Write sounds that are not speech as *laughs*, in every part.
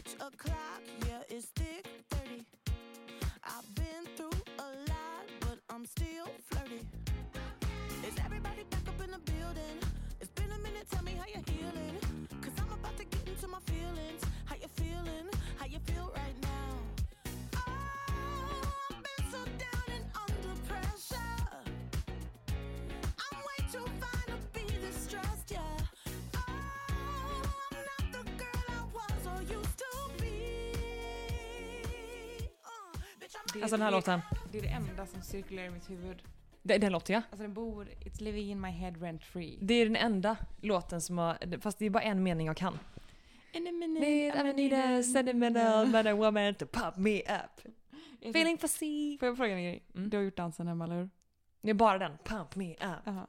o'clock, yeah, it's thick 30. I've been through a lot, but I'm still flirty. Is everybody back up in the building? It's been a minute, tell me how you're healing. Cause I'm about to get into my feelings. How you feeling? How you feel right now? Oh, I've been so down and under pressure. I'm way too fine to be distressed, yeah. Oh, I'm not the girl I was or used to be. Uh, bitch, I'm Alltså den här låten. Det är det enda som cirkulerar i mitt huvud. Den, den låten ja. Alltså den bor, it's living in my head rent free. Det är den enda låten som har, fast det är bara en mening jag kan. In a minute, Need I'm I need a sentimental man and woman to pop me up. *laughs* Jag- Feeling for sea. Får jag fråga en grej? Mm. Du har gjort dansen hemma, eller hur? Det är bara den, pump me up. Jaha.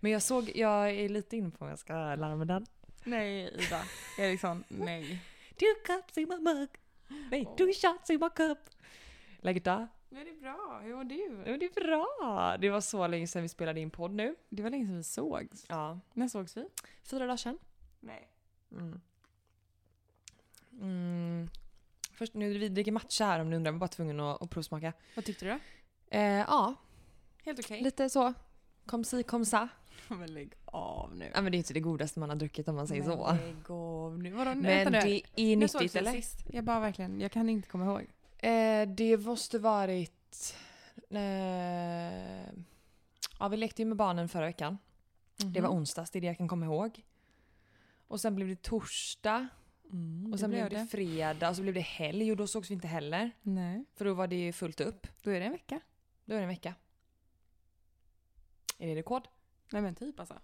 Men jag såg, jag är lite inne på om jag ska larma med den. Nej, Ida Eriksson, nej. Two cups in my mug. Nej, two shots in my cup. Like it da. *laughs* Men det är bra, hur mår du? Men det är bra! Det var så länge sedan vi spelade in podd nu. Det var länge sedan vi sågs. Ja. När sågs vi? Fyra dagar sedan. Nej. Mm. Mm. Först nu, vi dricker matcha här om ni undrar, jag var bara tvungen att, att provsmaka. Vad tyckte du då? Eh, ja, Helt okej. lite så. Kom si, kom sa. Men lägg av nu. Ja, men det är inte det godaste man har druckit om man säger Men så. lägg av nu. Vadå, Men vänta nu. det är När sågs nyttigt vi eller? Sist? Jag bara verkligen, jag kan inte komma ihåg. Eh, det måste varit... Eh, ja, vi lekte ju med barnen förra veckan. Det Mm. var onsdags, det är det jag kan komma ihåg. Och sen blev det torsdag Mm, och sen blev blev det, fredag och så blev det helg och då sågs vi inte heller. Nej, För då var det ju fullt upp. då är det en vecka. Då är det en vecka. Är det rekord? Nej men typ alltså.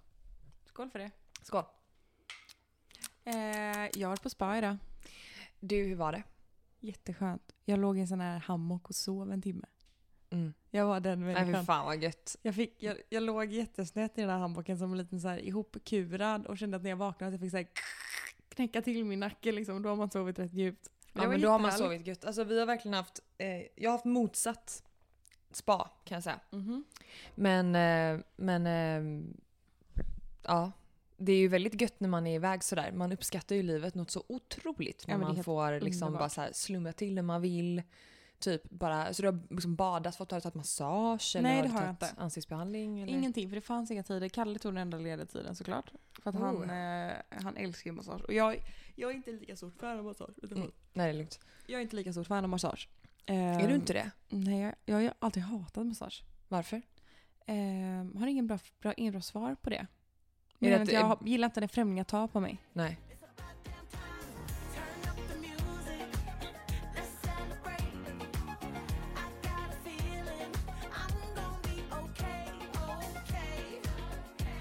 Skål för det. Skål. Eh, jag har varit på spa idag. Du, hur var det? Jätteskönt. Jag låg i en sån här hammock och sov en timme. Mm. Jag var den Nej, fy människan. fan vad gött. Jag, fick, jag, jag låg jättesnett i den här hammocken som en liten så här ihopkurad och kände att när jag vaknade att jag fick så här knäcka till min nacke liksom. Då har man sovit rätt djupt. Ja, det var men då har man jättehärligt. sovit gött. Alltså, vi har verkligen haft... Eh, jag har haft motsatt spa kan jag säga. Mhm. Men, eh, men eh, ja. Det är ju väldigt gött när man är iväg sådär. Man uppskattar ju livet något så otroligt. När Ja, men det är man helt får liksom underbart. bara så här slumra till när man vill. Typ bara, så du har liksom badat, fått, har du tagit massage eller Nej, har det du har jag tagit inte. ansiktsbehandling? Eller? Ingenting, för det fanns inga tider. Kalle tog den enda lediga tiden såklart. För att Oh. han, eh, han älskar ju massage. Och jag, jag är inte lika stort fan av massage. Utan Mm. Nej det är lugnt. Jag är inte lika stort fan av massage. Eh, Är du inte det? Nej, jag, jag har ju alltid hatat massage. Varför? Ehm, har ingen bra, bra, ingen bra svar på det. Är Men det att eh, att- jag har- gillar inte när främlingar tar på mig. Nej. It's about damn time. Turn up the music. Let's celebrate. I got a feeling I'm gonna be okay, okay,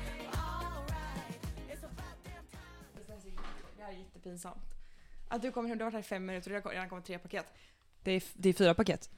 alright. It's about damn time. Det här är jättepinsamt. Att du kommer hem, du har varit här i fem minuter och det har redan kommit tre paket. Det är, det är fyra paket.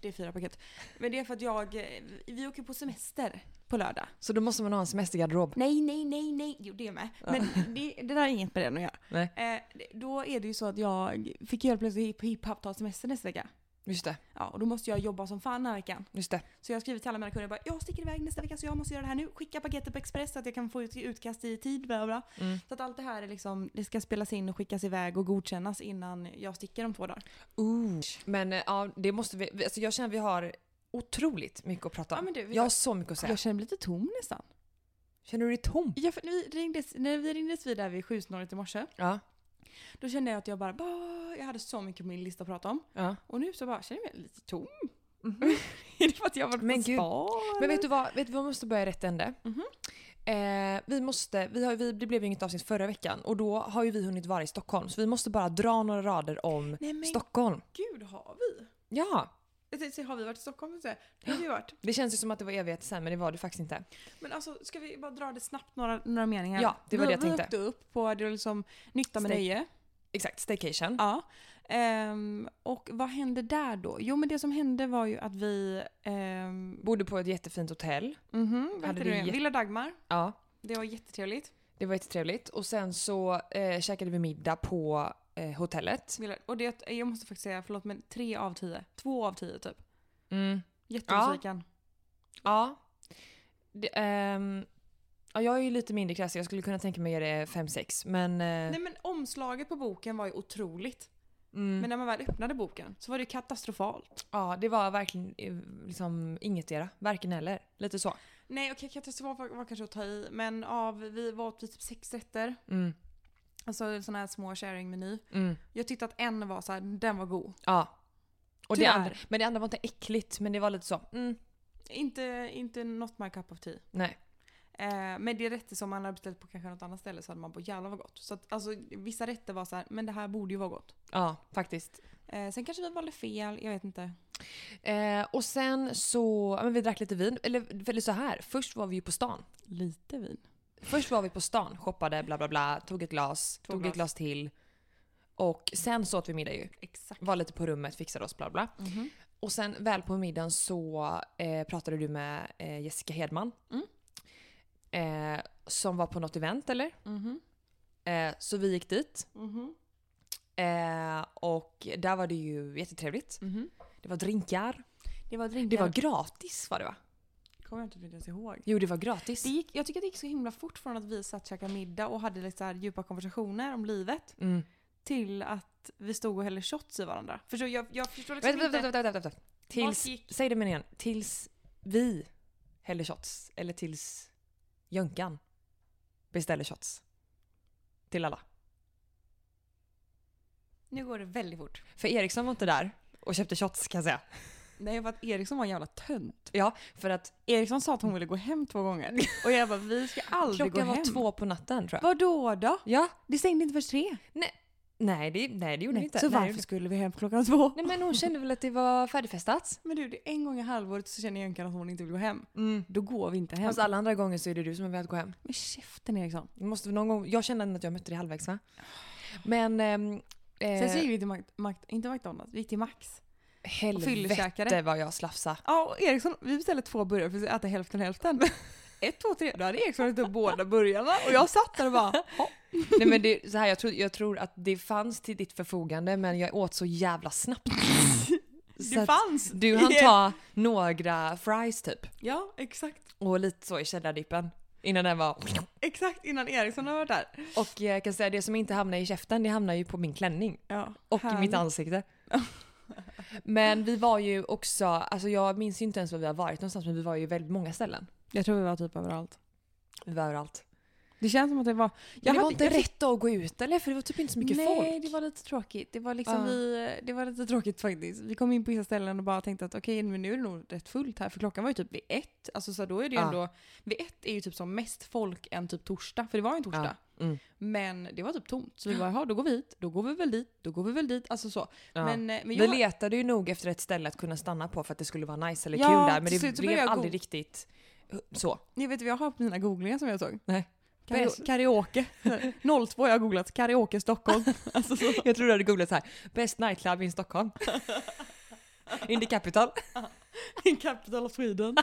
Det är fyra paket. Men det är för att jag, eh, vi åker på semester på lördag. Så då måste man ha en semestergarderob. Nej, nej, nej, nej. Jo, det är med. Men det, det där är inget med den att göra. Nej. Eh, då är det ju så att jag fick ju helt plötsligt hiphop ta semester nästa vecka. Just det, Ja, och då måste jag jobba som fan den här veckan. just det. Så jag har skrivit till alla mina kunder bara jag sticker iväg nästa vecka så jag måste göra det här nu. Skicka paketet på Express så att jag kan få ut utkast i tid. Bla bla. bla." Mm. Så att allt det här är liksom, det ska spelas in och skickas iväg och godkännas innan jag sticker om två dagar. Ooh. Men eh, ja, det måste vi, vi- alltså jag känner att vi har otroligt mycket att prata om. Ja, men du, vi- jag har så mycket att säga. Jag känner mig lite tom nästan. Känner du dig tom? Jag, för- vi ringdes, när vi ringdes vid där vid sjusnåret i morse, Ja. då kände jag att jag bara, "Bah, jag hade så mycket på min lista att prata om. ja. Och nu så bara känner jag mig lite tom. Mhm. *laughs* är det för att jag har varit Men på gud. spa? Men vet du vad, vet du, vad, vi måste börja i rätt ände. Mhm. Eh, vi måste, vi har, vi, det blev ju inget avsnitt förra veckan och då har ju vi hunnit vara i Stockholm så vi måste bara dra några rader om Nej men Stockholm. gud, har vi? Ja, Jag tänkte, säga, har vi varit i Stockholm? Så här, Det har vi varit. det känns ju som att det var evigheter sen men det var det faktiskt inte. Men alltså ska vi bara dra det snabbt några, några meningar? Ja, det var vi, det jag tänkte. Vi åkte upp på det var liksom nytta med Stay- nöje. Exakt, staycation. Ja. Ehm, och vad hände där då? Jo men det som hände var ju att vi... Um, Bodde på ett jättefint hotell. mhm, Hade vad hette vi det? nu? jätte- Villa Dagmar. Ja. Det var jättetrevligt. Det var jättetrevligt. Och sen så eh, käkade vi middag på eh, hotellet. Villa- Och det, jag måste faktiskt säga, förlåt men tre av tio. Två av tio typ. Mm. Jättebesviken. Ja. Det, ehm, ja. Jag är ju lite mindre krassig, jag skulle kunna tänka mig att ge det 5-6. Men, eh, Nej men omslaget på boken var ju otroligt. Mm. Men när man väl öppnade boken så var det ju katastrofalt. ja, det var verkligen eh, liksom inget göra. Varken eller. Lite så. Nej okej, katastrof var, var kanske att ta i, men av, vi var åt vi typ sex rätter. Mm. Alltså sådana här små sharing-meny. Mm. Jag tyckte att en var så här, den var god. Ja. Och det Tyvärr. andra, men det andra var inte äckligt, men det var lite så. Mm, Inte, inte not my cup of tea. nej. Eh, men det är rätter som man hade beställt på kanske något annat ställe så hade man på jävlar vad gott. Så att, alltså, vissa rätter var så här, men det här borde ju vara gott. Ja, faktiskt. Eh, sen kanske vi valde fel, jag vet inte. Eh, och sen så, ja, men vi drack lite vin. Eller, eller så här, först var vi ju på stan. Lite vin. Först var vi på stan, shoppade, bla bla bla, tog ett glas, Två tog glas. ett glas till. Och sen så åt vi middag ju. Exakt. Var lite på rummet, fixade oss, bla bla. Mm-hmm. Och sen väl på middagen så eh, pratade du med eh, Jessica Hedman. Mm. Eh, som var på något event eller? Mm-hmm. Eh, så vi gick dit. Eh, och där var det ju jättetrevligt. Det var drinkar. Mm-hmm. Det var Det drinkar. var gratis var det va? Kommer jag inte riktigt ihåg. Jo det var gratis. Det gick, jag tycker att det gick så himla fort från att vi satt och käkade middag och hade lite så här djupa konversationer om livet Mm. till att vi stod och hällde shots i varandra. Förstår, jag, jag förstår liksom Vänta, vänta, inte. vänta, vänta, vänta, vänta. Tills, Vart gick- säg det med igen. Tills vi häller shots. Eller tills Jönkan beställer shots. Till alla. Nu går det väldigt fort. För Eriksson var inte där och köpte shots kan jag säga. Nej, för att Eriksson var en jävla tönt. Ja, för att Eriksson sa att hon ville gå hem två gånger. *laughs* Och jag bara, vi ska aldrig klockan gå var hem. två på natten tror jag. Vadå då? Ja, Det stängde inte för tre. nej det, nej, det gjorde vi inte. så nej, det varför gjorde- skulle vi hem klockan två? Nej men hon kände väl att det var färdigfestat. Men du, det är en gång i halvåret så känner Jönkan att hon inte vill gå hem. Mm. Då går vi inte hem. Alltså alla andra gånger så är det du som har velat gå hem. Men käften Eriksson. Det Måste någon gång, jag kände ändå att jag mötte dig halvvägs va? Men... ehm, Eh, Sen så gick vi till Mac, Mac, inte McDonalds, vi gick till Max. eh, helvete fyllekäkare. vad jag slafsade. Ja, och Eriksson, vi beställde två burgare för att äta hälften hälften. *laughs* Ett, två, tre. Då hade Eriksson ätit upp båda burgarna och jag satt där och *laughs* bara "Ja." Nej men det, är så här, jag, tror, jag tror att det fanns till ditt förfogande men jag åt så jävla snabbt. Så Det att fanns! Du hann ta några fries typ Ja, exakt. och lite så i källardippen innan den var... Exakt innan Eriksson har varit där. Och jag kan säga det som inte hamnar i käften det hamnar ju på min klänning Ja, och i härligt. mitt *laughs* ansikte. Men vi var ju också, alltså jag minns ju inte ens var vi har varit någonstans men vi var ju väldigt många ställen. Jag tror vi var typ överallt. Vi var överallt. Det känns som att det var... Men det var inte rätt att gå ut eller? För det var typ inte så mycket Nej, folk. det var lite tråkigt. Det var, liksom Ja. vi, det var lite tråkigt faktiskt. Vi kom in på vissa ställen och bara tänkte att okej, men nu är det nog rätt fullt här. För klockan var ju typ vid ett. Alltså så då är det ju Ja. ändå... Vid ett är ju typ som mest folk en typ torsdag. För det var ju en torsdag. Ja, mm. Men det var typ tomt. Så vi bara, jaha, då går vi hit. Då går vi väl dit. Då går vi väl dit. Alltså så. Ja. Men, eh, men Vi jag... letade ju nog efter ett ställe att kunna stanna på för att det skulle vara nice eller Ja, kul där men till slut det så började blev jag aldrig go- riktigt eh, så. Ni vet vad jag har på mina googlingar som jag såg? Nej. Karaoke. Bäst- karaoke. *laughs* 02 jag har googlat. Karaoke Stockholm. alltså så. Jag tror du hade googlat så här. “Best nightclub in *laughs* Stockholm”. in the capital. In capital of Sweden.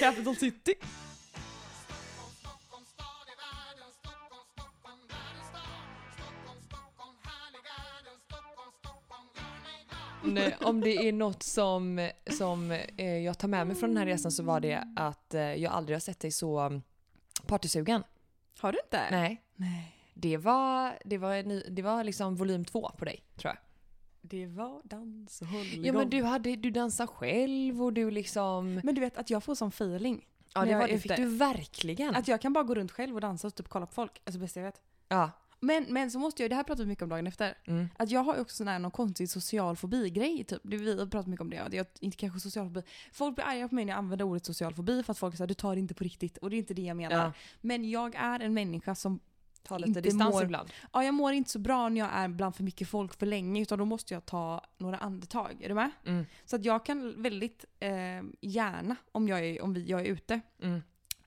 capital city. *laughs* Nej, om det är något som, som eh, jag tar med mig från den här resan så var det att eh, jag aldrig har sett dig så um, partysugen. Har du inte? Nej. Nej. Det var, det var, en ny- det var liksom volym två på dig tror jag. Det var dans och hålligång. Ja men du, hade, du dansade själv och du liksom... Men du vet att jag får sån feeling. Ja när det, jag var, är det fick ute. du verkligen. Att jag kan bara gå runt själv och dansa och typ kolla på folk. Alltså bäst jag vet. ja. Men, men så måste jag, det här pratade vi mycket om dagen efter. Mm. Att jag har ju också sån här någon konstig social fobi-grej typ. Det- Vi har pratat mycket om det. Att jag inte kanske social fobi. Folk blir arga på mig när jag använder ordet social fobi för att folk säger du tar det inte på riktigt. Och det är inte det jag menar. Ja. Men jag är en människa som Ta lite distans ibland. ja, jag mår inte så bra när jag är bland för mycket folk för länge utan då måste jag ta några andetag. Är du med? Mm. Så att jag kan väldigt eh, gärna, om, jag är, om vi, jag är ute, Mm.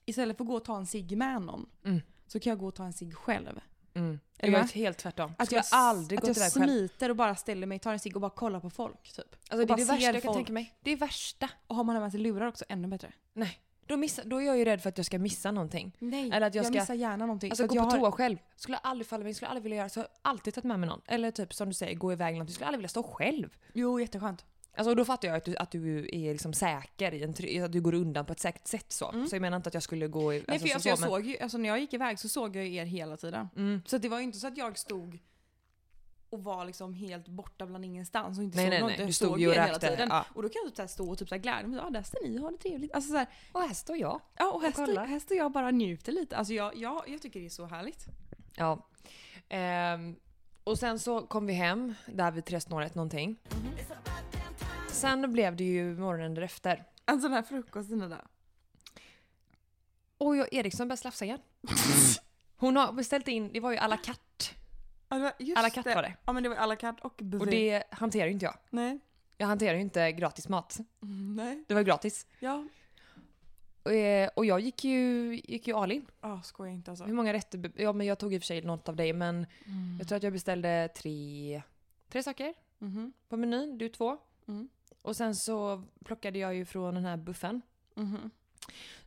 istället för att gå och ta en cigg med någon Mm. så kan jag gå och ta en cigg själv. Mm. Är du Jag är med? helt tvärtom. Att Skulle jag, jag aldrig att gått jag iväg själv. smiter och bara ställer mig, tar en cigg och bara kollar på folk. Typ. Alltså, det är och det bara värsta ser jag kan folk. tänka mig. Det är värsta. Och har man med sig lurar också, ännu bättre. Nej. Då, missar, då är jag ju rädd för att jag ska missa någonting. Nej, Eller att jag ska- missar gärna någonting. Alltså För att gå jag på har- toa själv. Skulle jag aldrig falla mig in, skulle jag aldrig vilja göra. Så jag har alltid tagit med mig någon. Eller typ som du säger, gå iväg någonting. Skulle jag aldrig vilja stå själv. Jo, jätteskönt. Alltså och då fattar jag att du, att du är liksom säker i en try- att du går undan på ett säkert sätt så. Så jag menar inte att Mm. jag skulle gå i, Nej, för jag, alltså, så, jag men- Mm. såg ju, alltså, när jag gick iväg så såg jag ju er hela tiden. Så att det var ju inte så att jag stod och var liksom helt borta bland ingenstans och inte Nej, såg nej, något. nej. Jag Du stod ju och hela rökte, tiden. ja. Och då kan jag typ så här stå och typ så här glädja mig. Ja, där står ni och har det trevligt. Alltså så här, Och här står jag. ja, och här, står, kolla. här står jag och bara njuter lite. Alltså jag, jag, jag tycker det är så härligt. Ja. Ehm, och sen så kom vi hem där vid tresnåret någonting. It's about damn time. Sen blev det ju morgonen därefter. Alltså den här *laughs* frukosten där. Och jag, Eriksson började slafsa igen. Hon har beställt in, det var ju à la carte. Alltså, just À la carte var det. Ja men det var à la carte och buffé. Och det hanterar ju inte jag. Nej. Jag hanterar ju inte gratis mat. Mm, Nej. Det var gratis. Ja. Och, eh, och jag gick ju, gick ju all in. Ja, skoja inte alltså. Hur många rätter? be- Ja men jag tog i och för sig något av dig men Mm. jag tror att jag beställde tre, tre saker Mhm. på menyn. Du två. Mm. Och sen så plockade jag ju från den här buffen. Mhm.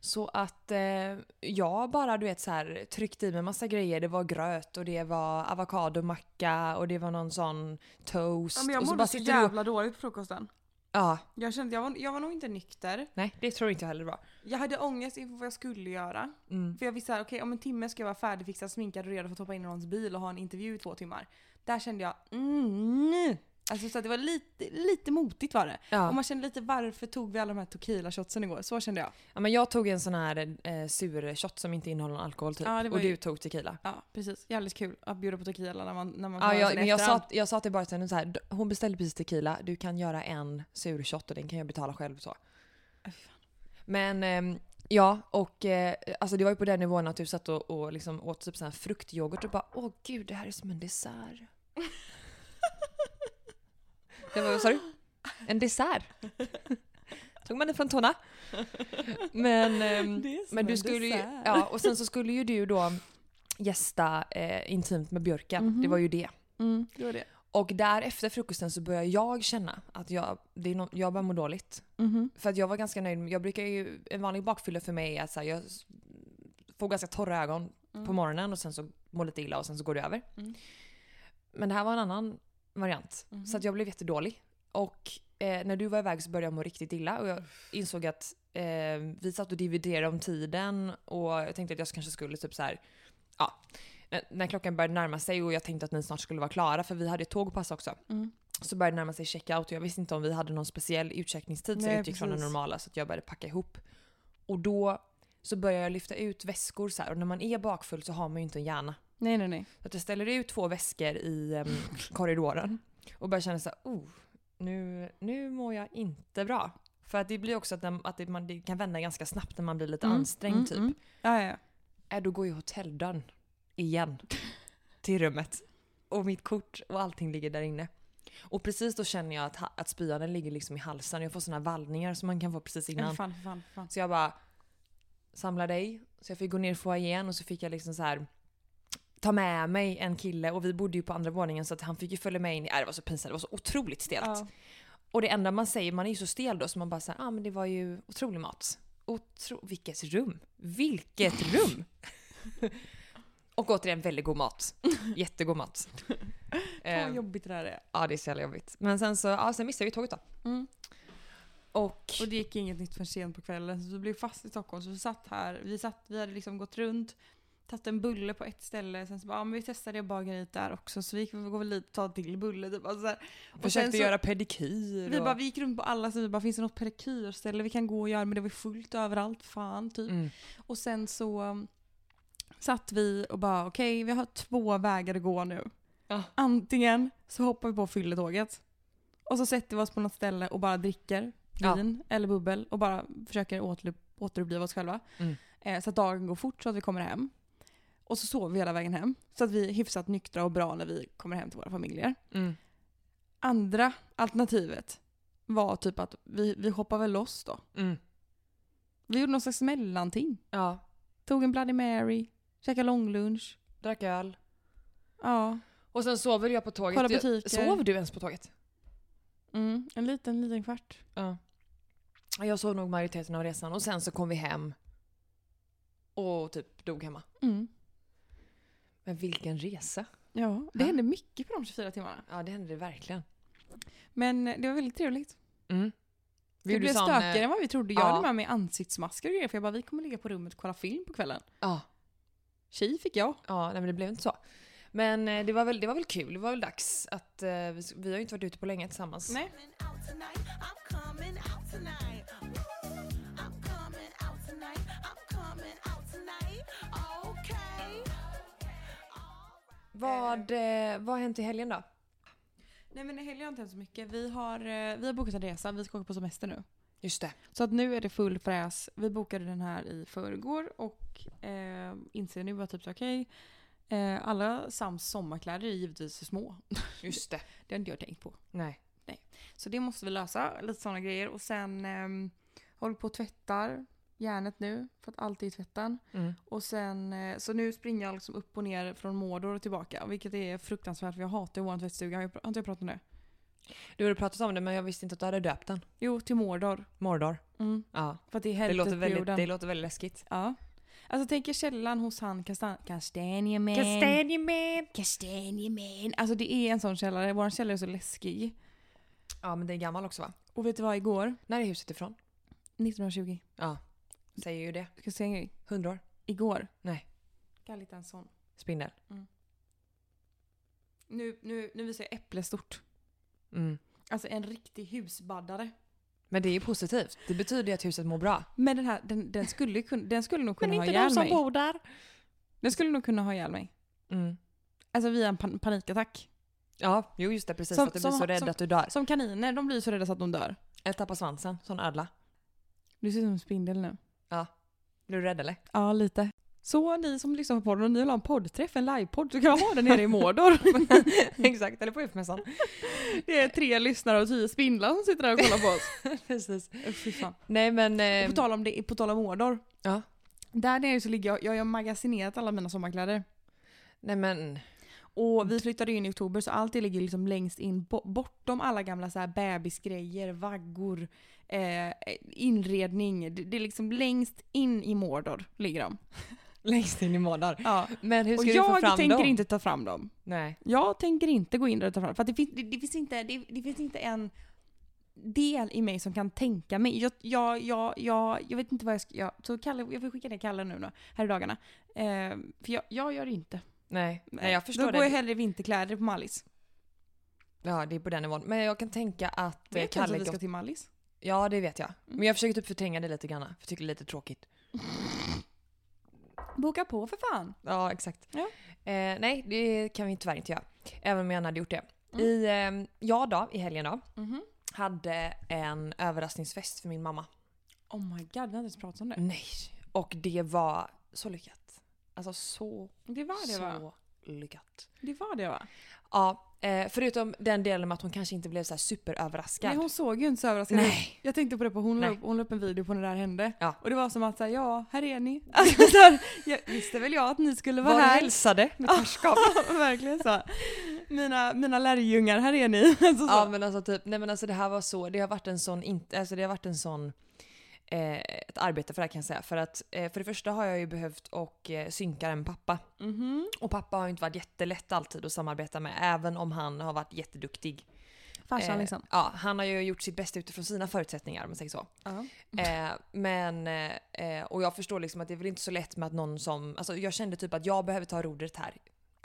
Så att eh, jag bara du vet så här tryckte i mig massa grejer. Det var gröt och det var avokadomacka och det var någon sån toast. Ja, men jag och mådde så sitter du och- jävla dåligt på frukosten. Ja, Jag kände, jag var, jag var nog inte nykter. nej det tror inte jag heller var. Jag hade ångest inför vad jag skulle göra. Mm. För jag visste att okay, om en timme ska jag vara färdigfixad, sminkad och redo för att hoppa in i någons bil och ha en intervju i två timmar. Där kände jag, mm, nej. Alltså så att det var lite, lite motigt var det. Och Ja. man kände lite varför tog vi alla de här tequila shotsen igår? Så kände jag. ja men jag tog en sån här eh, sur shot som inte innehåller någon alkohol typ. Ja, det var och du ju- tog tequila. Ja precis, jävligt kul att bjuda på tequila när man, när man får Ja, höra jag, sin men jag, sa, efterhand. jag sa till bartendern så här, "D- hon beställde precis tequila, du kan göra en sur shot och den kan jag betala själv. så. Äh, fan. Men ehm, ja, och eh, alltså det var ju på den nivån att du satt och, och liksom åt typ sån här fruktyoghurt och bara åh gud det här är som en *laughs* dessert. det var, vad sa du? En *laughs* dessert? Tog man det från tårna? Men, ehm, Det är som men du en skulle ju, dessert. ja, och sen så skulle ju du då gästa eh, intimt med björken. Mhm. Det var ju det. Mm, det var det. Och där efter frukosten så började jag känna att jag, det är no, jag börjar må dåligt. Mhm. För att jag var ganska nöjd. med- Jag brukar ju, en vanlig bakfylla för mig är att så här, jag s- får ganska torra ögon på morgonen och sen så mår lite illa och sen så går det över. Mm. Men det här var en annan variant. Mhm. Så att jag blev jättedålig. Och eh, när du var iväg så började jag må riktigt illa och jag insåg att eh, vi satt och dividerade om tiden och jag tänkte att jag kanske skulle typ så här, ja. När, när klockan började närma sig och jag tänkte att ni snart skulle vara klara för vi hade ett tåg att passa också Mm. så började det närma sig checkout och jag visste inte om vi hade någon speciell utcheckningstid så Nej, jag utgick från den precis. normala så att jag började packa ihop. Och då så började jag lyfta ut väskor så här och när man är bakfull så har man ju inte en hjärna. Nej nej nej. Så att jag ställer ut två väskor i *laughs* em, korridoren och börjar känna så här, oh, nu, nu mår jag inte bra. För att det blir också att, den, att det, man, det kan vända ganska snabbt när man blir lite Mm, ansträngd mm, typ. mm. Ja, ja, ja. Äh, då går ju hotelldörren igen till rummet. Och mitt kort och allting ligger där inne. Och precis då känner jag att, ha- att spyan den ligger liksom i halsen. Jag får såna här vallningar som man kan få precis Nej, för innan. fan, för fan, för fan. Så jag bara samlar dig. Så jag fick gå ner i foajén och så fick jag liksom så här ta med mig en kille och vi bodde ju på andra våningen så att han fick ju följa med in. i- Äh, det var så pinsamt, det var så otroligt stelt. Ja. Och det enda man säger, man är ju så stel då så man bara säger ah men det var ju otrolig mat. Otro vilket rum! Vilket rum! *laughs* och återigen väldigt god mat. Jättegod *laughs* mat. Fan vad eh, jobbigt det där är. ja det är så jävla jobbigt. Men sen så, ja sen missade vi tåget då. Mm. Och, Och det gick inget nytt förrän sent på kvällen så vi blev fast i Stockholm så vi satt här. Vi, satt, vi hade liksom gått runt, tagit en bulle på ett ställe sen så bara ja, men vi testar det bageriet där också så vi gick vi går väl dit och tar en till bulle typ. Alltså, så här. och sen försökte så, göra pedikyr Vi, och... bara, vi gick runt på alla så vi bara finns det något pedikyrställe vi kan gå och göra men det var ju fullt överallt fan typ. mm. Och sen så um, satt vi och bara okej vi har två vägar att gå nu. Ja. Antingen så hoppar vi på fylletåget och så sätter vi oss på något ställe och bara dricker Ja. vin eller bubbel och bara försöker åter, återuppliva oss själva. Mm. Eh, så att dagen går fort så att vi kommer hem. Och så sover vi hela vägen hem. Så att vi är hyfsat nyktra och bra när vi kommer hem till våra familjer. Mm. Andra alternativet var typ att vi, vi hoppar väl loss då. Mm. Vi gjorde någon slags mellanting. Ja, Tog en Bloody Mary, käkade långlunch. drack öl. Ja. Och sen sover jag på tåget. Kolla Du- butiker. Sov du ens på tåget? Mm, en liten, liten kvart. Ja. Jag sov nog majoriteten av resan och sen så kom vi hem och typ dog hemma. Mm. Men vilken resa. Ja, det Ja. hände mycket på de 24 timmarna. Ja, det hände det verkligen. Men eh, det var väldigt trevligt. Mm. Vi det blev sån, eh, stökigare än vad vi trodde. Jag ja. hade med mig ansiktsmasker och grejer för jag bara vi kommer ligga på rummet och kolla film på kvällen. Ja, Tji fick jag. ja nej, men det blev inte så. Men eh, det var, väl, det var väl kul, det var väl dags att eh, vi, s- vi har ju inte varit ute på länge tillsammans. Nej. coming out tonight. I'm coming out tonight. I'm coming out tonight. I'm coming out tonight. Okay. Vad, eh, vad har hänt i helgen då? Nej men i helgen har inte hänt så mycket. Vi har, eh, vi har bokat en resa, vi ska åka på semester nu. Just det. Så att nu är det full fräs. Vi bokade den här i förrgår och eh, inser nu att typ så, okej. eh, alla Sams sommarkläder är givetvis för små. Just det. Det har inte jag tänkt på. Nej. Så det måste vi lösa, lite sådana grejer. Och sen eh, håller på och tvättar järnet nu, för att allt är i tvätten. Mm. Och sen, eh, så nu springer jag liksom upp och ner från Mordor och tillbaka. Vilket är fruktansvärt för jag hatar vår tvättstuga. Har jag- har inte jag pratat om det? Du hade pratat om det men jag visste inte att du hade döpt den. Jo, till Mordor. Mordor. Mm. Ja. För att det är Det låter, helvetet på väldigt, typ jorden. det låter väldigt läskigt. Ja. Alltså tänk er källan hos han kastan Kastanjeman. Eh. Kastanjeman! Kastanjeman. Alltså det är en sån källare. Vår källare är så läskig. Ja men det är gammal också va? Och vet du vad igår? När är huset ifrån? 1920. Ja. Säger ju det. Ska jag säga en grej? Hundra år. Igår. Nej. Galligt en sån. Spindel. Nu, nu, nu visar jag äpple stort. Mm. Alltså en riktig husbaddare. Men det är ju positivt. Det betyder ju att huset mår bra. Men den här, den, den, skulle, ju kun- den skulle nog kunna ha de ihjäl mig. bor där. Den skulle nog kunna ha ihjäl mig. Mm. Alltså via en pan- panikattack. Ja, jo just det. Precis. Som- att du som- blir så rädd som- att du dör. Som kaniner, de blir så rädda så att de dör. Eller tappar svansen. Sån ödla. Du ser ut som en spindel nu. Blir du rädd *laughs* eller? *laughs* Ja, lite. Så ni som lyssnar på podden, om ni vill ha en poddträff, en livepodd, så kan jag ha den nere i *laughs* Mordor. Exakt. Eller på *laughs* UF-mässan. Det är tre lyssnare och tio spindlar som sitter där och kollar på oss. precis. *laughs* Usch, Fy fan. Nej men... Och Eh, på tal om, det, på tal om Mordor. Ja. Där nere så ligger jag, jag har magasinerat alla mina sommarkläder. nej men... Och vi flyttade in i oktober så allt det ligger liksom längst in bo- bortom alla gamla så här bebisgrejer, vaggor, eh, inredning. Det, det är liksom längst in i Mordor ligger de. Längst in i månader. Ja. Men hur Och ska du få jag fram tänker dem? inte ta fram dem. Nej. Jag tänker inte gå in där och ta fram dem. För att det, finns, det, det, finns inte, det, det finns inte en del i mig som kan tänka mig. Jag, jag, jag, jag, jag vet inte vad jag ska... Jag, så Kalle, jag får skicka ner Kalle nu då, här i dagarna. Eh, för jag, jag gör det inte. Nej. Nej jag förstår Då det. går jag hellre i vinterkläder på Mallis. Ja, det är på den nivån. Men jag kan tänka att Vet eh, du ens Kalle... att vi ska gott- till Mm. Mallis? Ja, det vet jag. Men jag försöker typ förtränga det lite grann. För jag tycker det är lite tråkigt. Boka på för fan. Ja, exakt. Ja. Eh, nej, det kan vi tyvärr inte göra. Även om jag gärna hade gjort det. Mm. I, eh, jag då, i helgen då, hade en överraskningsfest för min mamma. Oh my god, vi har inte ens pratat om det. Nej. Och det var så lyckat. Alltså så, Det var det va? så lyckat. Det var det va? Ja, eh, förutom den delen med att hon kanske inte blev så här superöverraskad. Nej hon såg ju inte så överraskad ut. Nej. Jag tänkte på det på hon la Nej. upp, hon la upp en video på när det här hände. Ja. Och det var som att säga ja, här är ni. *laughs* Alltså, så här, jag visste väl jag att ni skulle vara Var *laughs* här. hälsade med torskap. Verkligen så. Mina, mina lärjungar, här är ni. *laughs* Alltså, så. Ja men alltså typ, nej men alltså det här var så, det har varit en sån, inte, alltså det har varit en sån eh, ett arbete för det här kan jag säga. För att eh, för det första har jag ju behövt och eh, synka en pappa. Mhm. Och pappa har ju inte varit jättelätt alltid att samarbeta med även om han har varit jätteduktig. Farsan Eh, liksom. Ja, han har ju gjort sitt bästa utifrån sina förutsättningar om man säger så. Ja. Mm. Eh, men, eh, eh, och jag förstår liksom att det är väl inte så lätt med att någon som, alltså jag kände typ att jag behöver ta rodret här.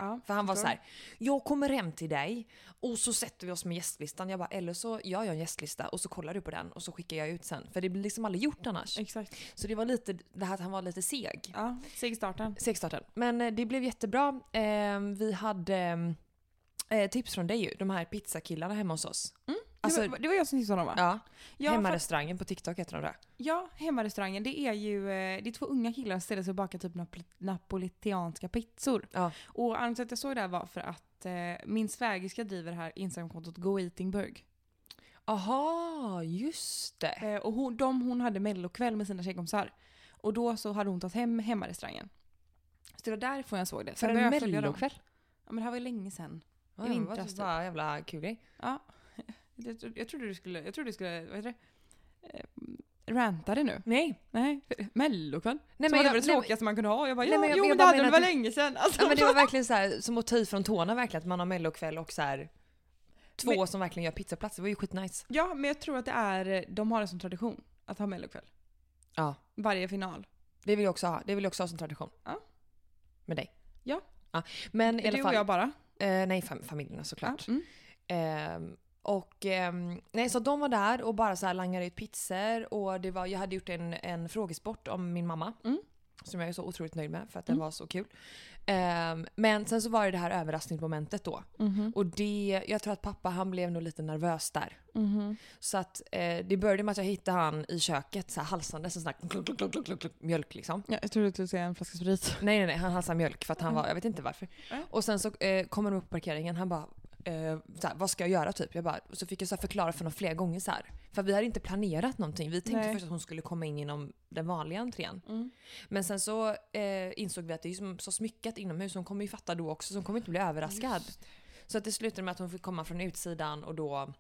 Ja, För han var så förstår. här: jag kommer hem till dig och så sätter vi oss med gästlistan. Jag bara, eller så gör jag en gästlista och så kollar du på den och så skickar jag ut sen. För det blir liksom aldrig gjort annars. Exakt. Så det var lite det här att han var lite seg. Ja, segstarten. Segstarten. Men eh, det blev jättebra. Eh, vi hade eh, tips från dig ju, de här pizzakillarna hemma hos oss. Alltså, Mm. det, var, det var jag som tipsade om va? ja, Ja, för- hemmarestaurangen på TikTok heter de det. Ja, hemmarestaurangen. Det är ju eh, det är två unga killar som ställer sig och bakar typ nap- napolitanska pizzor. Ja. Och anledningen till att jag såg det här var för att eh, min svägerska driver det här Instagramkontot Go Eating Burg. Aha, just det. Eh, och hon, de, hon hade mellokväll med sina tjejkompisar. Och då så hade hon tagit hem hemmarestaurangen. Så det var därifrån jag såg det. För en började jag följa dem. mellokväll? Ja men det här var ju länge sedan. Ja, I det var vintras typ bara en jävla kul grej. Ja. *laughs* Jag, tro- jag trodde du skulle, jag trodde du skulle, vad heter det? Eh, Ranta det nu? Nej, Nej, *laughs* mellokväll. nej som men hade jag, varit nej, det men- tråkigaste man kunde ha. Jag bara, Nej, ja, men jag- jo jag men det bara hade det menar det var att- länge sedan. Alltså, Ja, men det var verkligen så här, som att ta i från tårna verkligen, att man har mellokväll och så här, två Men- som verkligen gör pizzaplatser. Det var ju skitnice. *laughs* ja, men jag tror att det är, eh, de har det som tradition att ha mellokväll. Ja. Varje final. Det vill jag också ha. Det vill jag också ha som tradition. Ja. Med dig. Ja. Men Det i är alla du och fall, jag bara. eh, nej fam- familjerna såklart. Ja, mm. Ehm, och ehm, nej, så de var där och bara så här langade ut pizzor och det var, jag hade gjort en, en frågesport om min mamma. Mm. Som jag är så otroligt nöjd med för att den Mm. var så kul. Ehm, men sen så var det det här överraskningsmomentet då. Mhm. Och det, jag tror att pappa han blev nog lite nervös där. Så att eh, det började med att jag hittade han i köket så här halsandes en sån här klunk, klunk, klunk, klunk, klunk, klunk, mjölk liksom. Ja, jag trodde att du skulle säga en flaska sprit. Nej nej nej, han halsade mjölk för att han var, jag vet inte varför. Mm. Och sen så eh, kom han upp på parkeringen, han bara eh, så här, vad ska jag göra typ? Jag bara, och så fick jag så här förklara för honom flera gånger så här. För vi hade inte planerat någonting. Vi tänkte Nej. först att hon skulle komma in genom den vanliga entrén. Men sen så eh, insåg vi att det är ju som- så smyckat inomhus, hon kommer ju fatta då också så hon kommer inte bli överraskad. Så att det slutade med att hon fick komma från utsidan och då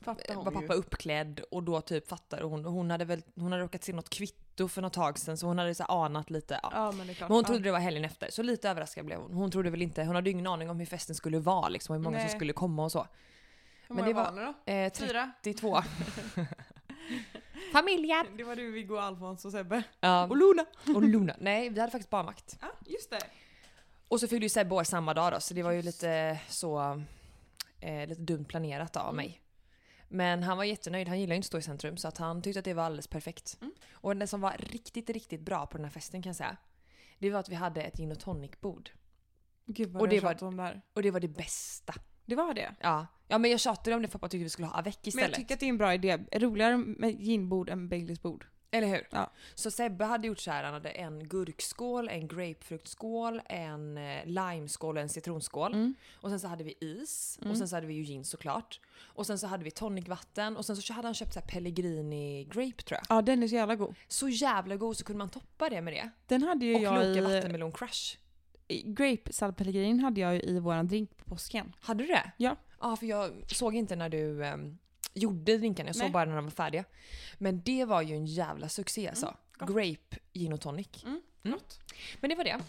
Fattar hon var pappa ju. uppklädd och då typ fattade hon. Hon hade, väl, hon hade råkat se något kvitto för något tag sedan så hon hade så här anat lite. Ja. Ja, men det är klart. Men hon Ja. trodde det var helgen efter så lite överraskad blev hon. Hon trodde väl inte, hon hade ju ingen aning om hur festen skulle vara liksom, hur många Nej. som skulle komma och så. Hur men många det var var- det då? Eh, Fyra? *laughs* 32. Familjen! Det var du, Viggo, Alfons och Sebbe. Ja, Och Luna! och Luna. Nej, vi hade faktiskt barnvakt. Ja, just det. Och så fyllde ju Sebbe år samma dag då så det var ju lite så... Eh, lite dumt planerat av Mm. mig. Men han var jättenöjd, han gillar ju inte att stå i centrum så att han tyckte att det var alldeles perfekt. Mm. Och det som var riktigt, riktigt bra på den här festen kan jag säga. Det var att vi hade ett gin och tonic-bord. Gud vad Och och det det var- var... om det här. Och det var det bästa. Det var det. Ja, ja men jag tjatade om det för att jag tyckte vi skulle ha avec Men istället. jag tycker att det är en bra idé. Roligare med ginbord än Baileysbord. Eller hur? Ja. Så Sebbe hade gjort så här, han hade en gurkskål, en grapefruktskål, en eh, limeskål och en citronskål. Mm. Och sen så hade vi is Mm. och sen så hade vi ju gin såklart. Och sen så hade vi tonicvatten och sen så hade han köpt så här pellegrini grape tror jag. Ja, den är så jävla god. Så jävla god så kunde man toppa det med det. Den hade ju Och jag Loka i... vattenmelon crush. i- Grape salpellegrin hade jag ju i våran drink på påsken. Hade du det? Ja. Ja för jag såg inte när du ehm, gjorde drinkarna, jag såg Nej. bara när de var färdiga. Men det var ju en jävla succé alltså. Mm. gott. grape gin och tonic. Mm, Mm. Men det var det.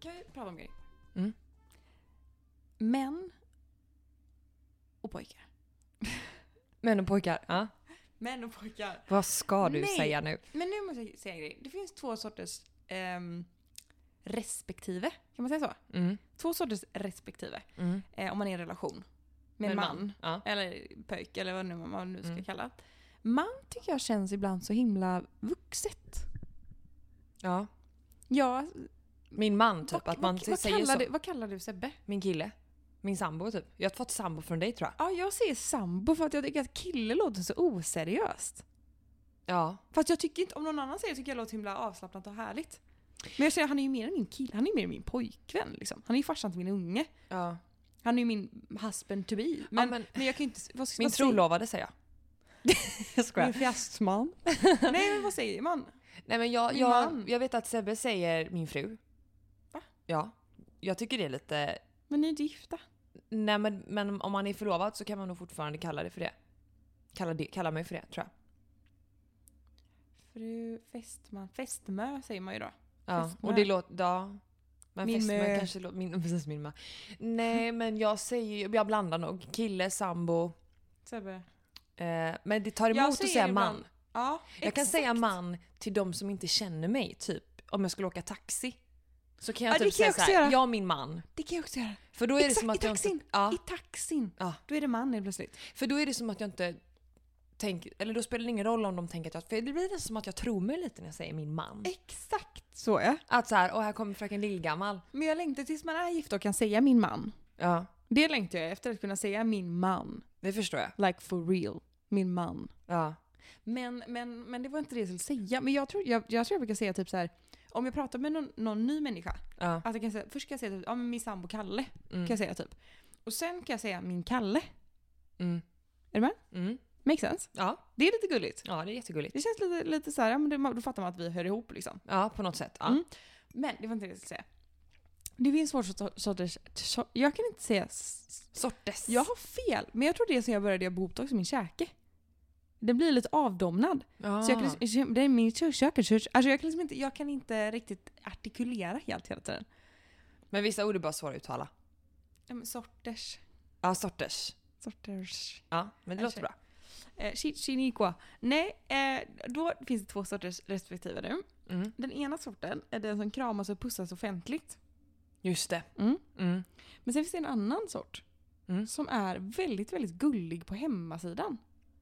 Kan vi prata om grejer? Mm. Män och pojkar. Män och pojkar, ja. Män och pojkar. Vad ska du Nej. säga nu? Men nu måste jag säga en grej. Det finns två sorters ehm, respektive. Kan man säga så? Mm. Två sorters respektive. Mm. Eh, om man är i en relation. Med en Men man. Ja. Eller pöjk eller vad nu man nu ska Mm. kalla det. Man tycker jag känns ibland så himla vuxet. ja. Ja, Min man typ, att man vad, säger så. kallar du, vad kallar du Sebbe? Min kille. Min sambo typ. Jag har fått sambo från dig tror jag. Ja, jag säger sambo för att jag tycker att kille låter så oseriöst. Ja. Fast jag tycker inte, om någon annan säger det tycker jag låter himla avslappnat och härligt. Men jag säger han är ju mer än min kille, han är ju mer än min pojkvän liksom. Han är ju farsan till min unge. ja. Han är ju min husband to be. Men, men, men- jag kan ju inte... Vad, Min vad säger- trolovade säger jag. *laughs* jag skojar. Min fästman. *laughs* Nej men vad säger man? Nej men jag, Min jag, man. jag vet att Sebbe säger min fru. Va? Ja. Jag tycker det är lite... Men ni är inte gifta. Nej men, men om man är förlovad så kan man nog fortfarande kalla det för det. Kalla, det, kalla mig för det tror jag. Fru fästman, fästmö säger man ju då. Ja. Fästmö. Och det låter... Ja. Men Min fästmö mö. kanske låter... Min, *laughs* precis min mö. Nej men jag säger... Jag blandar nog. Kille, sambo. Sebbe. Eh, men det tar Jag emot att säger säga ibland- man. Ja, Jag kan exakt. säga man till de som inte känner mig, typ om jag skulle åka taxi. Så kan jag Ja, det typ kan säga jag också såhär, göra. jag och min man. Det kan jag också göra. För då är det Exakt, som att i jag taxin. inte... Ja, I taxin. Ja. Då är det man helt plötsligt. för då är det som att jag inte tänker... Eller då spelar det ingen roll om de tänker att jag... För det blir nästan som att jag tror mig lite när jag säger min man. Exakt så ja. Att såhär, åh här kommer fröken Lillgammal. Men jag längtar tills man är gift och kan säga min man. Ja, Det längtar jag efter, att kunna säga min man. det förstår jag. Like for real. Min man. Ja. Men, men, men det var inte det jag skulle säga. Men jag tror jag, jag, tror jag brukar säga typ så här. om jag pratar med någon, någon ny människa. Ja. Att jag kan säga, först kan jag säga typ, ja men min sambo Kalle. Mm. Kan jag säga typ. Och sen kan jag säga min Kalle. Mm. Är du med? Mm. Makes sense? Ja. Det är lite gulligt. ja, det är jättegulligt. Det känns lite, lite så här, ja, men det, då fattar man att vi hör ihop liksom. Ja, på något sätt. Ja. Mm. Men det var inte det jag skulle säga. Det finns svårt sorters... sorters- Jag kan inte säga... s- Sortes. Jag har fel, men jag tror det är sen jag började göra botox i min käke. den blir lite avdomnad. Så jag kan liksom, det är min kö- kö- kö- kö- alltså jag kan liksom inte, jag kan inte riktigt artikulera helt hela tiden. Men vissa ord är bara svåra att uttala. Ja, men sorters. Ja, sorters. Sorters. Ja, men det låter bra. Eh, shi- Shinigua. Nej, eh, då finns det två sorters respektive nu. Mm. Den ena sorten är den som kramas och pussas offentligt. Just det. Mm. Mm. Men sen finns det en annan sort. Mm. Som är väldigt, väldigt gullig på hemmasidan.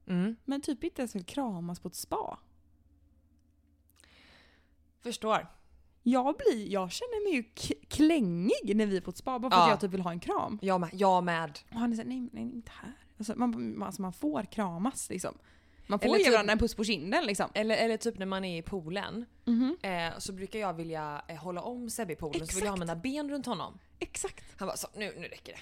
Mm. Men typ inte ens vill kramas på ett spa. Förstår. Jag, blir, jag känner mig ju k- klängig när vi är på ett spa bara för att Ja. jag typ vill ha en kram. Jag med. Jag med. Och han är såhär, nej, nej inte här. Alltså man, man- alltså man får kramas liksom. Man får Eller ge typ- varandra en puss på kinden liksom. Eller, eller typ när man är i poolen Mhm. eh, så brukar jag vilja eh, hålla om Sebbe i poolen så vill jag ha Exakt. mina ben runt honom. Exakt. Han bara så, nu, nu räcker det.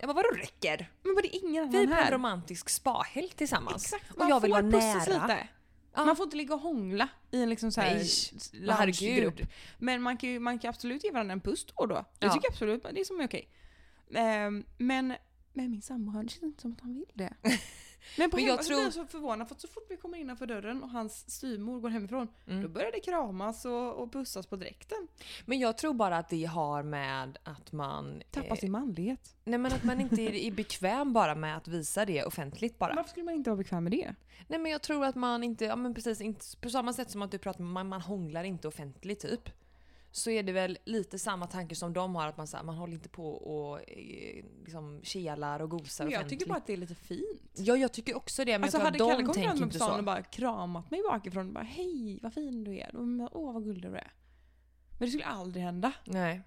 Jag bara vadå räcker? Men var det ingen annan Vi är på en Ah. Typ här? romantisk spahelg tillsammans. Exakt, och jag vill vara pussas nära. Lite. Ja. Man får inte ligga och hångla i en liksom så här Nej, s- men herregud. loungegrupp. Men man kan ju man kan absolut ge varandra en puss då och då. Det Ja. tycker jag absolut, det är som är okej. Ehm, men, men min sambo, han det känns inte som att han vill *laughs* det. Men, på Men men jag jag alltså, tror- blir jag så förvånad för att så fort vi kommer innanför dörren och hans styvmor går hemifrån, Mm. då börjar det kramas och, och pussas på direkten. Men jag tror bara att det har med att man... Tappar sin manlighet. nej men att man inte är, är bekväm bara med att visa det offentligt bara. Varför skulle man inte vara bekväm med det? Nej men jag tror att man inte, ja men precis, inte, på samma sätt som att du pratar man, man hånglar inte offentligt typ. Så är det väl lite samma tanke som de har att man, så här, man håller inte på och eh, liksom kelar och gosar Men jag offentligt. tycker bara att det är lite fint. Ja jag tycker också det men alltså jag hade tror Kalle att de kommit fram tänker på inte stan och så. bara kramat mig bakifrån och bara hej vad fin du är. Och man bara, Åh vad gullig du är. Men det skulle aldrig hända. Nej.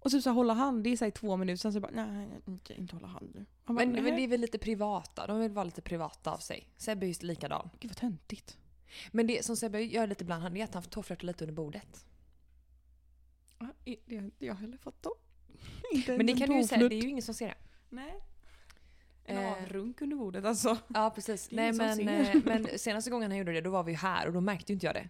Och typ så här, hålla hand, det är så här, i två minuter sen så bara nej jag kan inte, inte hålla hand nu. Han bara, Men, men det "Nej." är väl lite privata, de vill vara lite privata av sig. Sebbe är just likadan. Gud vad töntigt. Men det som Sebbe gör lite ibland, han är att han tårflörtar lite under bordet. Ja, i- det har inte jag heller fått då. *laughs* Inte Men det en kan du ju säga, tåflört. det är ju ingen som ser det. Nej. En Eh. avrunk under bordet alltså. Ja precis. Det är Nej, ingen men, som eh, men senaste gången han gjorde det då var vi ju här och då märkte ju inte jag det.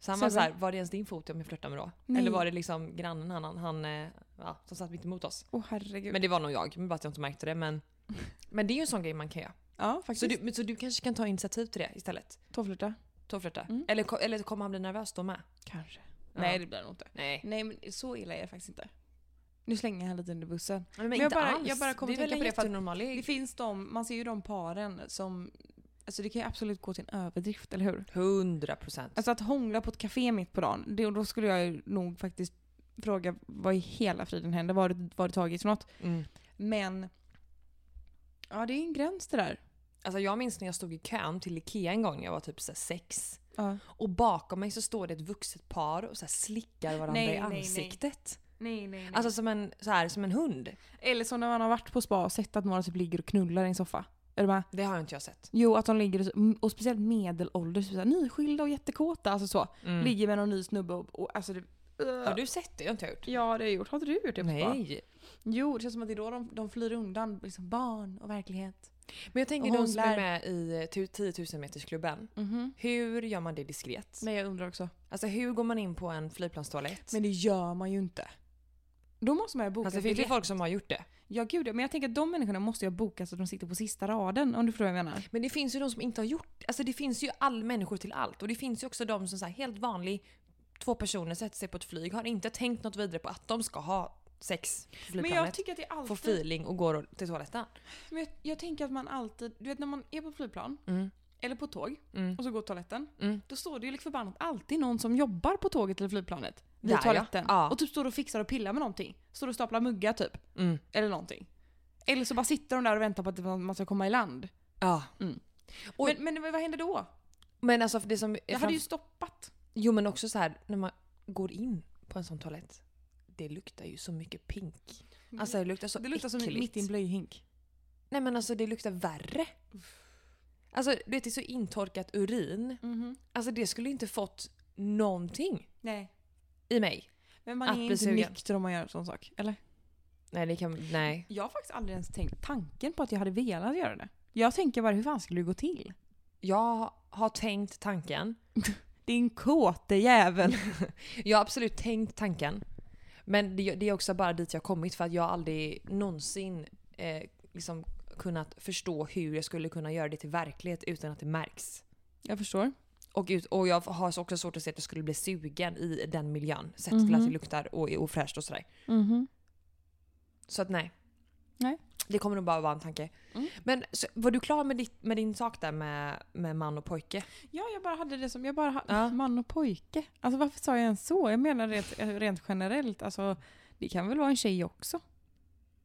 Så han var Så såhär, var det ens din fot jag flörtade med då? Nej. Eller var det liksom grannen han, han eh, ja, som satt mitt emot oss? Åh herregud. Men det var nog jag, men bara att jag inte märkte det. Men, men det är ju en sån grej man kan göra. ja Så faktiskt. du, men så du kanske kan ta initiativ till det istället? Tåflörta? Tårflörta? Mm. Eller, ko- eller kommer han bli nervös då med? Kanske. Ja. Nej det blir det nog inte. Nej. Nej men så illa är det faktiskt inte. Nu slänger jag här lite under bussen. Men, jag inte bara- alls. jag bara kommer det är väl tänka på det en för att- jättenormal Det lek. finns de, man ser ju de paren som, alltså det kan ju absolut gå till en överdrift, eller hur? 100 procent. Alltså att hångla på ett café mitt på dagen, det, då skulle jag ju nog faktiskt fråga vad i hela friden händer, vad har det- vad har det tagits för något? Mm. Men, ja det är en gräns det där. Alltså jag minns när jag stod i kön till Ikea en gång, jag var typ så här sex. Ja. Och bakom mig så står det ett vuxet par och så här slickar varandra Nej, i nej, nej. ansiktet. Nej, nej, nej. Alltså som en, så här, som en hund. eller som när man har varit på spa och sett att några typ ligger och knullar i en soffa. Är det bara, Det har inte jag sett. jo att de ligger, och, så- och speciellt medelålders, så här, nyskilda och jättekåta, alltså så. Ligger med någon ny snubbe och, och alltså det, Mm. Har du sett det? Det har inte jag gjort. Ja det har jag gjort. Har inte du gjort det på spa? Nej. Jo, det känns som att det är då de, de flyr undan liksom barn och verklighet. Men jag tänker Och de som är hånglar. med i eh, tu- 10 000 metersklubben. Mhm. Hur gör man det diskret? Men jag undrar också. Alltså hur går man in på en flygplanstoalett? Men det gör man ju inte. Då måste man ju boka Alltså det en finns ju biljett. folk som har gjort det. Ja gud ja, men jag tänker att de människorna måste jag boka så att de sitter på sista raden om du förstår vad jag menar. Men det finns ju de som inte har gjort Alltså det finns ju all människor till allt. Och det finns ju också de som så här, helt vanlig två personer sätter sig på ett flyg, har inte tänkt något vidare på att de ska ha sex på Men flygplanet. jag tycker att det är alltid... får feeling och går till toaletten. men jag, jag tänker att man alltid, du vet när man är på flygplan Mm. eller på tåg Mm. och så går toaletten. Mm. Då står det ju liksom förbannat alltid någon som jobbar på tåget eller flygplanet. Vid Där, ja. toaletten. Ja. Och typ står och fixar och pillar med någonting. Står och staplar muggar typ. Mm. Eller någonting. Eller så bara sitter de där och väntar på att man ska komma i land. Ja. Oj. Men, men vad händer då? Men alltså det som... Jag hade ju stoppat. Jo men också så här när man går in på en sån toalett. Det luktar ju så mycket pink. Alltså det luktar så det luktar som äckligt. mitt i en blöjhink. Nej men alltså det luktar värre. Alltså du vet, det är så intorkat urin. Alltså det skulle inte fått någonting Mm-hmm. Nej. i mig. Men man Att är bli inte sugen. nykter om man gör en sån sak. Eller? Nej det kan... Nej. Jag har faktiskt aldrig ens tänkt tanken på att jag hade velat göra det. Jag tänker bara hur fan skulle det gå till? Jag har tänkt tanken. Din kåte jävel. Jag har absolut tänkt tanken. Men det, det är också bara dit jag kommit för att jag aldrig någonsin eh, liksom kunnat förstå hur jag skulle kunna göra det till verklighet utan att det märks. *laughs* Jag förstår. Och, ut, och jag har också svårt att se att jag skulle bli sugen i den miljön. Sett till att Mhm. det luktar och är ofräscht och sådär. Mm-hmm. Så att nej. Nej. Det kommer nog bara vara en tanke. Mm. Men så, var du klar med, ditt, med din sak där med, med man och pojke? Ja, jag bara hade det som, jag bara ha, Ja. man och pojke. Alltså varför sa jag ens så? Jag menar rent, eh, rent generellt, alltså det kan väl vara en tjej också?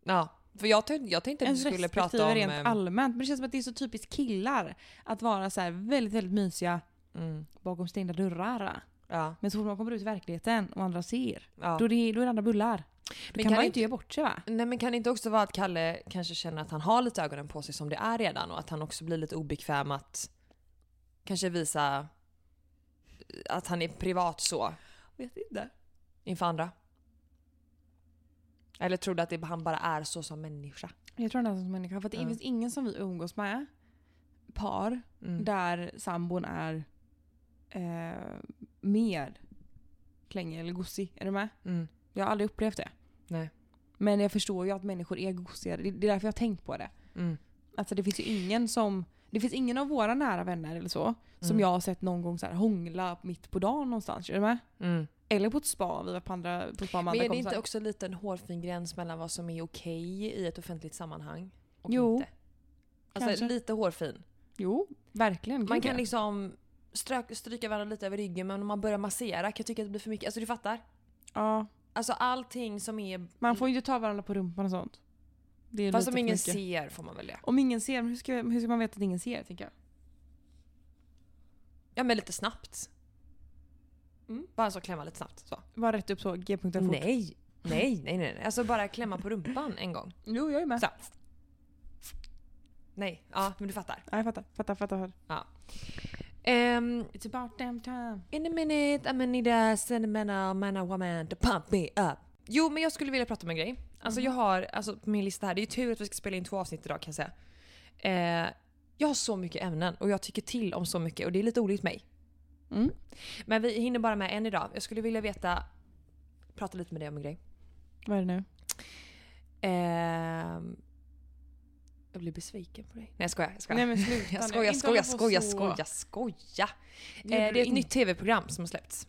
Ja. För jag, tänkte- jag tänkte att En du skulle respektive prata om... rent ehm, allmänt. Men det känns som att det är så typiskt killar att vara så här väldigt, väldigt mysiga mm, bakom stängda dörrar. ja, Men så fort man kommer ut i verkligheten och andra ser, ja. då, är det, då är det andra bullar. Då Men kan kan man det inte göra bort sig va? Nej men kan det inte också vara att Kalle kanske känner att han har lite ögonen på sig som det är redan och att han också blir lite obekväm att kanske visa eh, att han är privat så Vet inte. inför andra? Eller tror du att det, han bara är så som människa? Jag tror nästan som människa. För att det Ja. finns ingen som vi umgås med, par, Mm. där sambon är eh, mer klängig eller gossig. Är du med? Mm. Jag har aldrig upplevt det. Nej. Men jag förstår ju att människor är gossigare. Det det är därför jag har tänkt på det. Mm. Alltså det finns ju ingen som... Det finns ingen av våra nära vänner eller så som Mm. jag har sett någon gång så här hångla mitt på dagen någonstans. Är du med? Mm. Eller på ett spa. Vi var på, andra, på ett spa med Men andra är det kompisar. inte också lite en hårfin gräns mellan vad som är okej i ett offentligt sammanhang och Jo, inte? Alltså kanske. lite hårfin. Jo, verkligen. Man Gud, kan ja. liksom strök, stryka varandra lite över ryggen men om man börjar massera kan jag tycka att det blir för mycket. Alltså du fattar? ja, Alltså allting som är... man får ju inte ta varandra på rumpan och sånt. Det är Mm. Fast lite om för ingen mycket. ser får man väl det. Om ingen ser, men hur ska, hur ska man veta att ingen ser? Tänker jag. Ja men lite snabbt. Mm. Bara så klämma lite snabbt. Så. Var rätt upp så, g-punkten fort. Nej. nej! Nej nej nej. Alltså bara klämma på rumpan en gång. Jo, jag är med. Så. Nej, ja men du fattar. Ja, jag fattar, fattar, fattar. fattar. Ehm, It's about damn time. in a minute I'm gonna need a sentimental man or woman to pump me up. Jo men jag skulle vilja prata om en grej. Alltså jag har, alltså på min lista här, det är ju tur att vi ska spela in två avsnitt idag kan jag säga. Eh, jag har så mycket ämnen och jag tycker till om så mycket och det är lite olikt mig. Mm. Men vi hinner bara med en idag. Jag skulle vilja veta... Prata lite med dig om en grej. Vad är det nu? Ehm, jag blir besviken på dig. Nej jag skojar. Jag skojar. *laughs* Nej men sluta jag nu. skojar, Inte skojar, hålla på skojar, så. skojar, skojar. gjorde Eh, det du är ett inte. nytt tv-program som har släppts.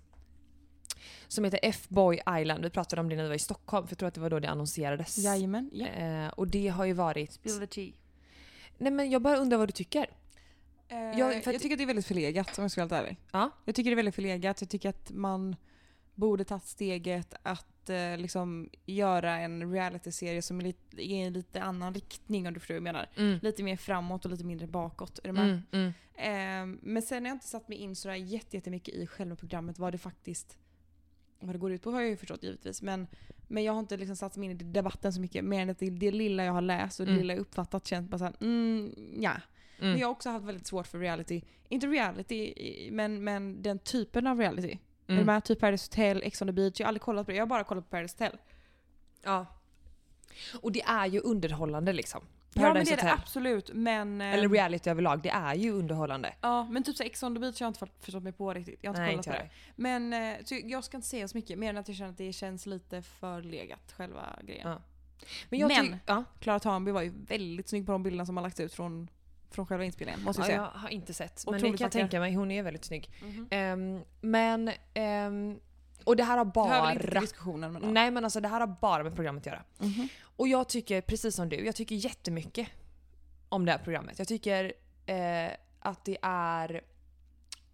Som heter F-boy Island. Vi pratade om det när vi var i Stockholm för jag tror att det var då det annonserades. Jajamän. Ja. Eh, och det har ju varit... the tea. Nej men jag bara undrar vad du tycker. Eh, för jag, att- tycker att det är väldigt förlegat om jag ska vara helt ärlig. Ja. Jag tycker det är väldigt förlegat. Jag tycker att man borde tagit steget att eh, liksom göra en realityserie som är lite, är i en lite annan riktning om du förstår vad jag menar. Mm. Lite mer framåt och lite mindre bakåt. Är du med? Mm, mm. Eh, men sen har jag inte satt mig in sådär jätte- jättemycket i själva programmet vad det faktiskt vad det går ut på har jag ju förstått givetvis. Men, men jag har inte liksom satt mig in i debatten så mycket. Mer än att det, det lilla jag har läst och det Mm. lilla jag uppfattat känns bara såhär mm, ja. Mm. Men jag har också haft väldigt svårt för reality. Inte reality, men, men den typen av reality. Mm. Mm. Med typ Paradise Hotel, Ex on the beach. Jag har aldrig kollat på det. Jag har bara kollat på Paradise Hotel. Ja. Och det är ju underhållande liksom. ja men Paradise det är det Hotel. absolut. Men, eh, Eller reality överlag, det är ju underhållande. ja, men typ så här, Ex on the beach har jag inte fått- förstått mig på riktigt. Jag har inte kollat på det. jag. Men eh, så jag ska inte säga så mycket mer än att jag känner att det känns lite förlegat själva grejen. Ja. Men jag, Men- tyck- ja, Klara Tanby var ju väldigt snygg på de bilderna som har lagts ut från, från själva inspelningen måste jag ja, jag säga. har inte sett. Och Men det Tove kan jag Backa. tänka mig, hon är väldigt snygg. Mhm. Ehm, men, ehm, och det här har Det hör väl inte till bara... diskussionen men ja. Nej men alltså det här har bara med programmet att göra. Mhm. Och jag tycker precis som du, jag tycker jättemycket om det här programmet. Jag tycker eh, att det är...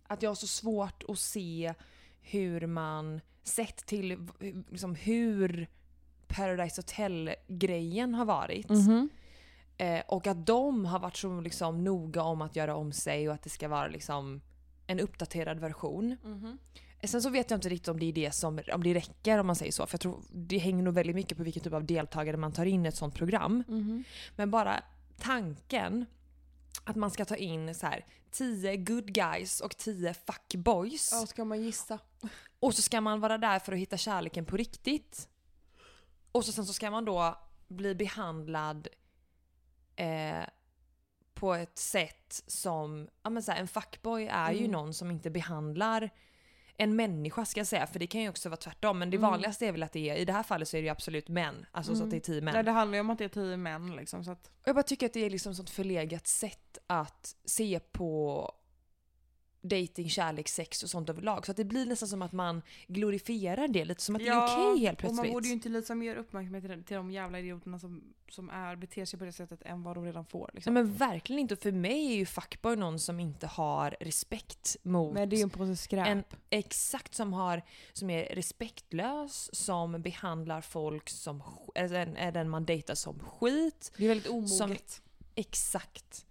Att jag har så svårt att se hur man sett till v- hur- liksom, hur Paradise Hotel-grejen har varit. Mhm. Eh, och att de har varit så liksom, noga om att göra om sig och att det ska vara liksom, en uppdaterad version. Mhm. Eh, Sen så vet jag inte riktigt om det är det som om det räcker om man säger så. För jag tror det hänger nog väldigt mycket på vilken typ av deltagare man tar in i ett sånt program. Mhm. Men bara tanken att man ska ta in så här 10 good guys och 10 fuckboys. Ja, ska man gissa? Och så ska man vara där för att hitta kärleken på riktigt. Och så sen så ska man då bli behandlad eh, på ett sätt som, ja men så här, en fuckboy är ju Mm. någon som inte behandlar en människa ska jag säga, för det kan ju också vara tvärtom. Men det Mm. vanligaste är väl att det är, i det här fallet så är det ju absolut män. Alltså så Mm. att det är tio män. Nej, det handlar ju om att det är tio män liksom. Så att, Och Jag bara tycker att det är liksom sånt förlegat sätt att se på dating, kärlek, sex och sånt överlag. Så att det blir nästan som att man glorifierar det lite som att det är okej helt och plötsligt. man borde ju inte liksom ge uppmärksamhet till, den- till de jävla idioterna som, som är, beter sig på det sättet än vad de redan får. Nej, Liksom. men verkligen inte. Och För mig är ju fuckboy någon som inte har respekt mot... Men det är ju en påse skräp. en, exakt som, har, som är respektlös, som behandlar folk som... sk- eller Den, eller den man dejtar som skit. det är väldigt omoget. omoget. Exakt.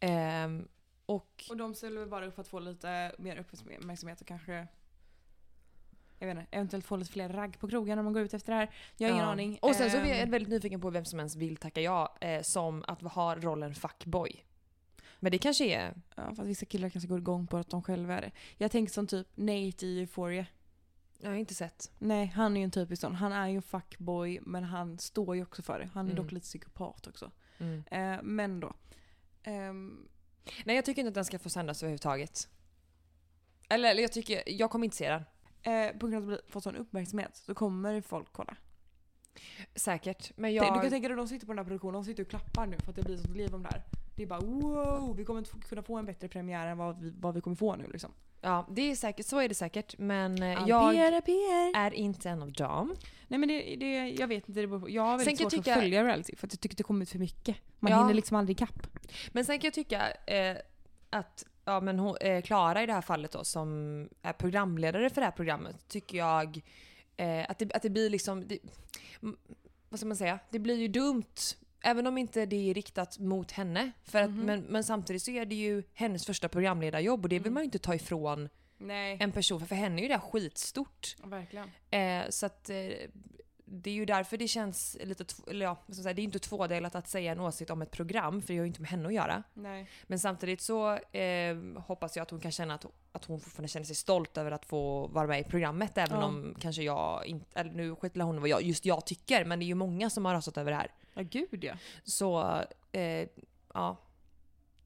Ehm, och Och de ställer väl bara upp för att få lite mer uppmärksamhet och kanske jag vet inte, eventuellt få lite fler ragg på krogen när man går ut efter det här. Jag har ingen Ja. aning. Och sen så är Ehm, vi väldigt nyfiken på vem som ens vill tacka ja eh, som att ha rollen fuckboy. Men det kanske är... ja, fast vissa killar kanske går igång på att de själva är det. Jag tänker som typ Nate i Euphoria. Jag har inte sett. Nej, han är ju en typisk sån. Han är ju en fuckboy men han står ju också för det. Han är Mm. dock lite psykopat också. Mm. Eh, men då. Ehm, Nej jag tycker inte att den ska få sändas överhuvudtaget. Eller, eller jag tycker... Jag kommer inte se den. eh, på grund av att det blir- fått sån uppmärksamhet så kommer folk kolla. Säkert. Men Tänk- Du jag... kan tänka dig att de sitter på den här produktionen, de sitter och klappar nu för att det blir sånt liv om det här. Det är bara wow, vi kommer inte få- kunna få en bättre premiär än vad vi, vad vi kommer få nu liksom. ja, det är säkert. Så är det säkert. Men eh, Ja, jag PR, PR. är inte en av dem. Nej men det, det, jag vet inte, det beror på. jag Sen har väldigt kan jag svårt tycka- att följa reality för att jag tycker att det kommer ut för mycket. Man Ja. hinner liksom aldrig ikapp. Men sen kan jag tycka eh, att ja, men hon, eh, Klara i det här fallet då, som är programledare för det här programmet, tycker jag eh, att, det, att det blir liksom... Det, m- vad ska man säga? Det blir ju dumt. Även om inte det är riktat mot henne. För att, Mhm. men, men samtidigt så är det ju hennes första programledarjobb och det vill Mm. man ju inte ta ifrån Nej, en person. För, för henne är ju det här skitstort. verkligen. Eh, så att eh, det är ju därför det känns lite... tv- Eller ja, vad ska man säga, det är inte tvådelat att säga en åsikt om ett program för det har ju inte med henne att göra. Nej. Men samtidigt så eh, hoppas jag att hon kan känna att, att hon fortfarande känner sig stolt över att få vara med i programmet. Även Ja. om kanske jag inte, eller nu skiter hon i vad jag, just jag tycker, men det är ju många som har rasat över det här. Ja gud ja. Så eh, ja,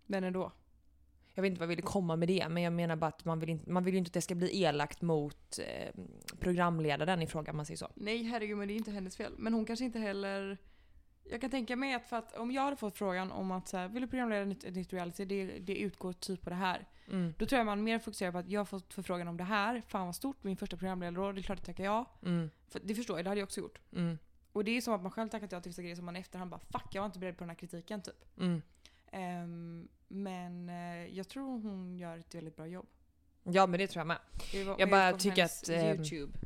Men ändå. jag vet inte vad jag ville komma med det, men jag menar bara att man vill, inte, man vill ju inte att det ska bli elakt mot eh, programledaren i fråga om man säger så. Nej herregud men det är inte hennes fel. Men hon kanske inte heller... Jag kan tänka mig att, för att om jag hade fått frågan om att så här, vill du programleda ett nytt, ett nytt reality, det, det utgår typ på det här. Mm, Då tror jag man mer fokuserar på att jag har fått förfrågan om det här, fan vad stort, min första programledarroll, det är klart att tacka ja. mm, För det förstår jag, det hade jag också gjort. mm, Och det är som att man själv tackat ja till vissa grejer som man i efterhand bara fuck jag var inte beredd på den här kritiken typ. mm. Ehm, men eh, jag tror hon gör ett väldigt bra jobb. Ja men det tror jag med. Det var- Jag med bara utgång från tycker hennes att, ehm, YouTube.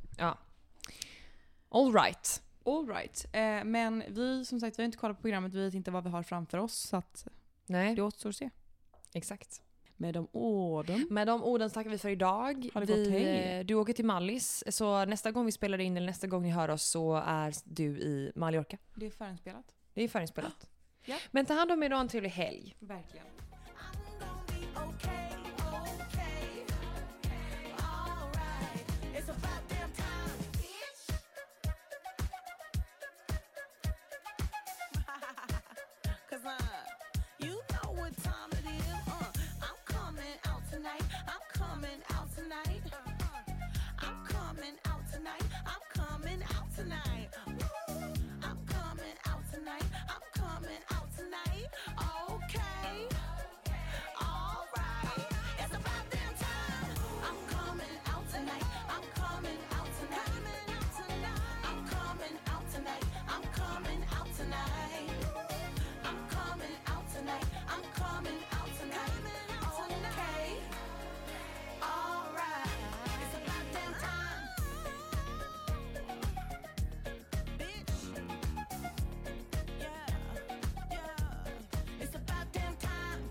All right. All right. Eh, men vi som sagt vi har inte kollat på programmet, vi vet inte vad vi har framför oss så att Nej, det återstår att se. exakt. Med de orden. Med de orden tackar vi för idag. Ha det vi, gott, hej. eh, Du åker till Mallis, så nästa gång vi spelar in eller nästa gång ni hör oss så är du i Mallorca. Det är förinspelat. Det är förinspelat. Ja. Men ta hand om er och ha en trevlig helg. Verkligen. I'm gonna be okay, okay, alright. It's about damn time, bitch. Cause uh, you know what time it is. Uh, I'm coming out tonight. I'm coming out tonight. I'm coming out tonight. I'm coming out tonight. I'm coming out tonight. I'm coming out tonight. Okay. All right. It's about damn time. I'm coming out tonight. I'm coming out tonight. I'm coming out tonight. I'm coming out tonight. I'm coming out tonight. I'm coming out tonight. Okay. All right. It's about damn time. Bitch. Yeah. Yeah. It's about damn time.